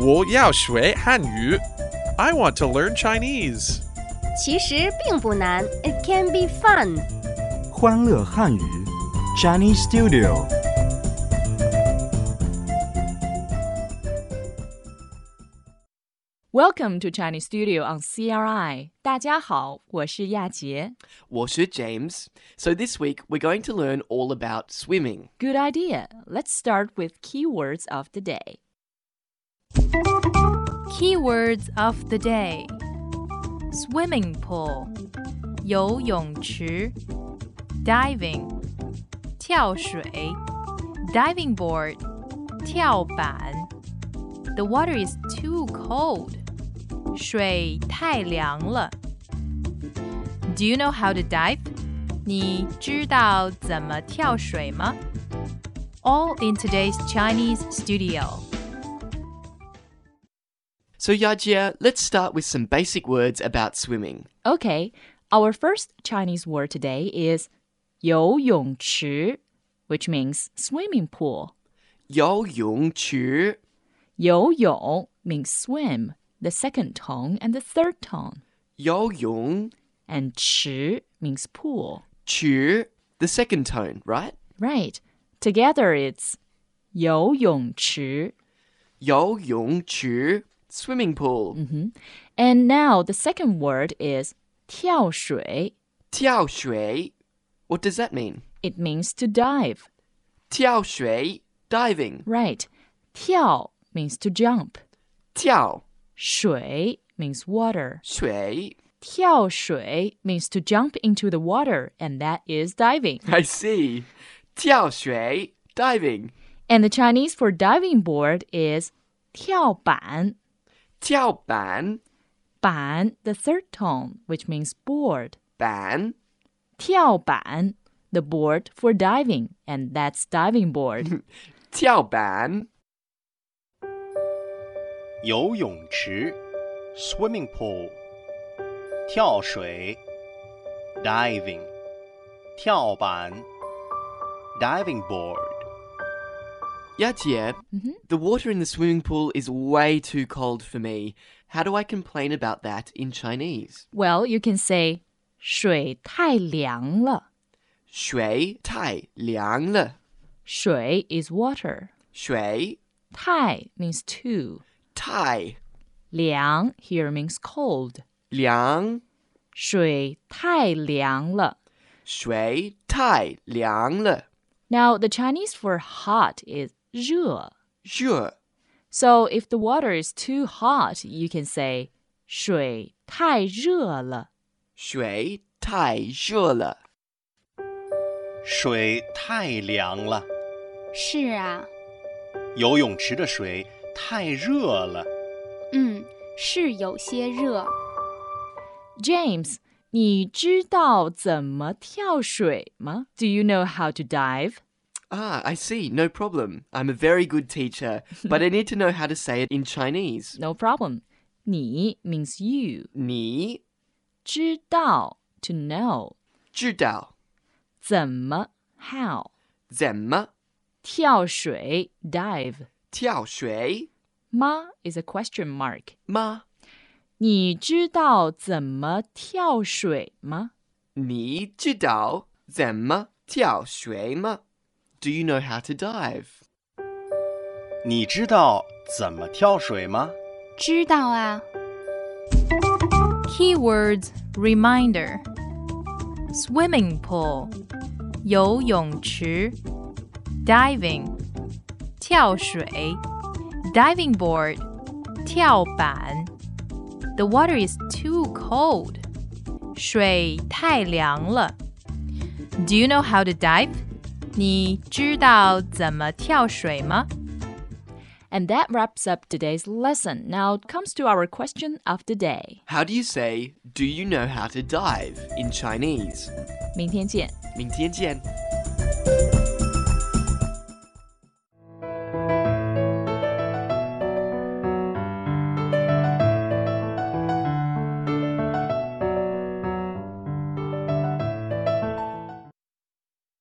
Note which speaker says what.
Speaker 1: 我要学汉语。I want to learn Chinese.
Speaker 2: 其实并不难，It can be fun。
Speaker 3: 欢乐汉语 Chinese Studio。
Speaker 4: Welcome to Chinese Studio on CRI。大家好，我是亚杰。
Speaker 5: Washer James. So this week we're going to learn all about swimming.
Speaker 4: Good idea. Let's start with keywords of the day.
Speaker 6: Keywords of the day swimming pool, 游泳池, diving, 跳水, diving board, 跳板. The water is too cold. 水太凉了. Do you know how to dive? 你知道怎么跳水吗? All in today's Chinese studio.
Speaker 5: So Yajia, let's start with some basic words about swimming.
Speaker 4: Okay, our first Chinese word today is 游泳池, which means swimming pool.
Speaker 5: 游泳池,
Speaker 4: 游泳 means swim, the second tone and the third tone,
Speaker 5: 游泳池,
Speaker 4: and 池 means pool.
Speaker 5: the second tone, right?
Speaker 4: Right. Together it's 游泳池.
Speaker 5: 游泳池, swimming pool.
Speaker 4: And now the second word is 跳水.
Speaker 5: 跳水, what does that mean?
Speaker 4: It means to dive.
Speaker 5: 跳水, diving.
Speaker 4: Right. 跳 means to jump. 水 means water.
Speaker 5: 跳水.
Speaker 4: 跳水 means to jump into the water, and that is diving.
Speaker 5: I see. 跳水, diving.
Speaker 4: And the Chinese for diving board is 跳板.
Speaker 5: 跳板,
Speaker 4: 板 the third tone, which means board.
Speaker 5: 板,
Speaker 4: 跳板 the board for diving, and that's diving board.
Speaker 5: 跳板.
Speaker 7: 游泳池 （swimming pool），跳水 （diving），跳板 （diving board）。
Speaker 5: Yajie, the water in the swimming pool is way too cold for me. How do I complain about that in Chinese?
Speaker 4: well, you can say 水太凉了.
Speaker 5: 水太凉了。
Speaker 4: 水 is water.
Speaker 5: 水
Speaker 4: Tai means two.
Speaker 5: 太
Speaker 4: Liang here means cold.
Speaker 5: 凉，
Speaker 4: 水太凉了.
Speaker 5: 水太凉了。
Speaker 4: Now the Chinese for hot is 热.
Speaker 5: 热
Speaker 4: So if the water is too hot, you can say 水太热了.
Speaker 5: 水太热了。
Speaker 7: 水太凉了，
Speaker 2: 是啊，
Speaker 7: 游泳池的水太热了。
Speaker 2: 嗯，是有些热。
Speaker 4: James, 你知道怎么跳水吗? Do you know how to dive?
Speaker 5: Ah, I see. No problem. I'm a very good teacher, but I need to know how to say it in Chinese.
Speaker 4: No problem. 你 means you.
Speaker 5: 你
Speaker 4: 知道 to know.
Speaker 5: 知道
Speaker 4: 怎么 how.
Speaker 5: 怎么
Speaker 4: 跳水 dive.
Speaker 5: 跳水
Speaker 4: Ma is a question mark.
Speaker 5: 吗？
Speaker 4: 你知道怎么跳水吗?
Speaker 5: 你知道怎么跳水吗？Do you know how to dive？
Speaker 7: 你知道怎么跳水吗？
Speaker 2: 知道啊，
Speaker 6: Keywords reminder swimming pool 游泳池 diving 跳水 diving board 跳板 The water is too cold 水太凉了 Do you know how to dive? 你知道怎么跳水吗？
Speaker 4: And that wraps up today's lesson. Now it comes to our question of the day.
Speaker 5: How do you say "Do you know how to dive" in Chinese？
Speaker 4: 明天见。
Speaker 5: 明天见。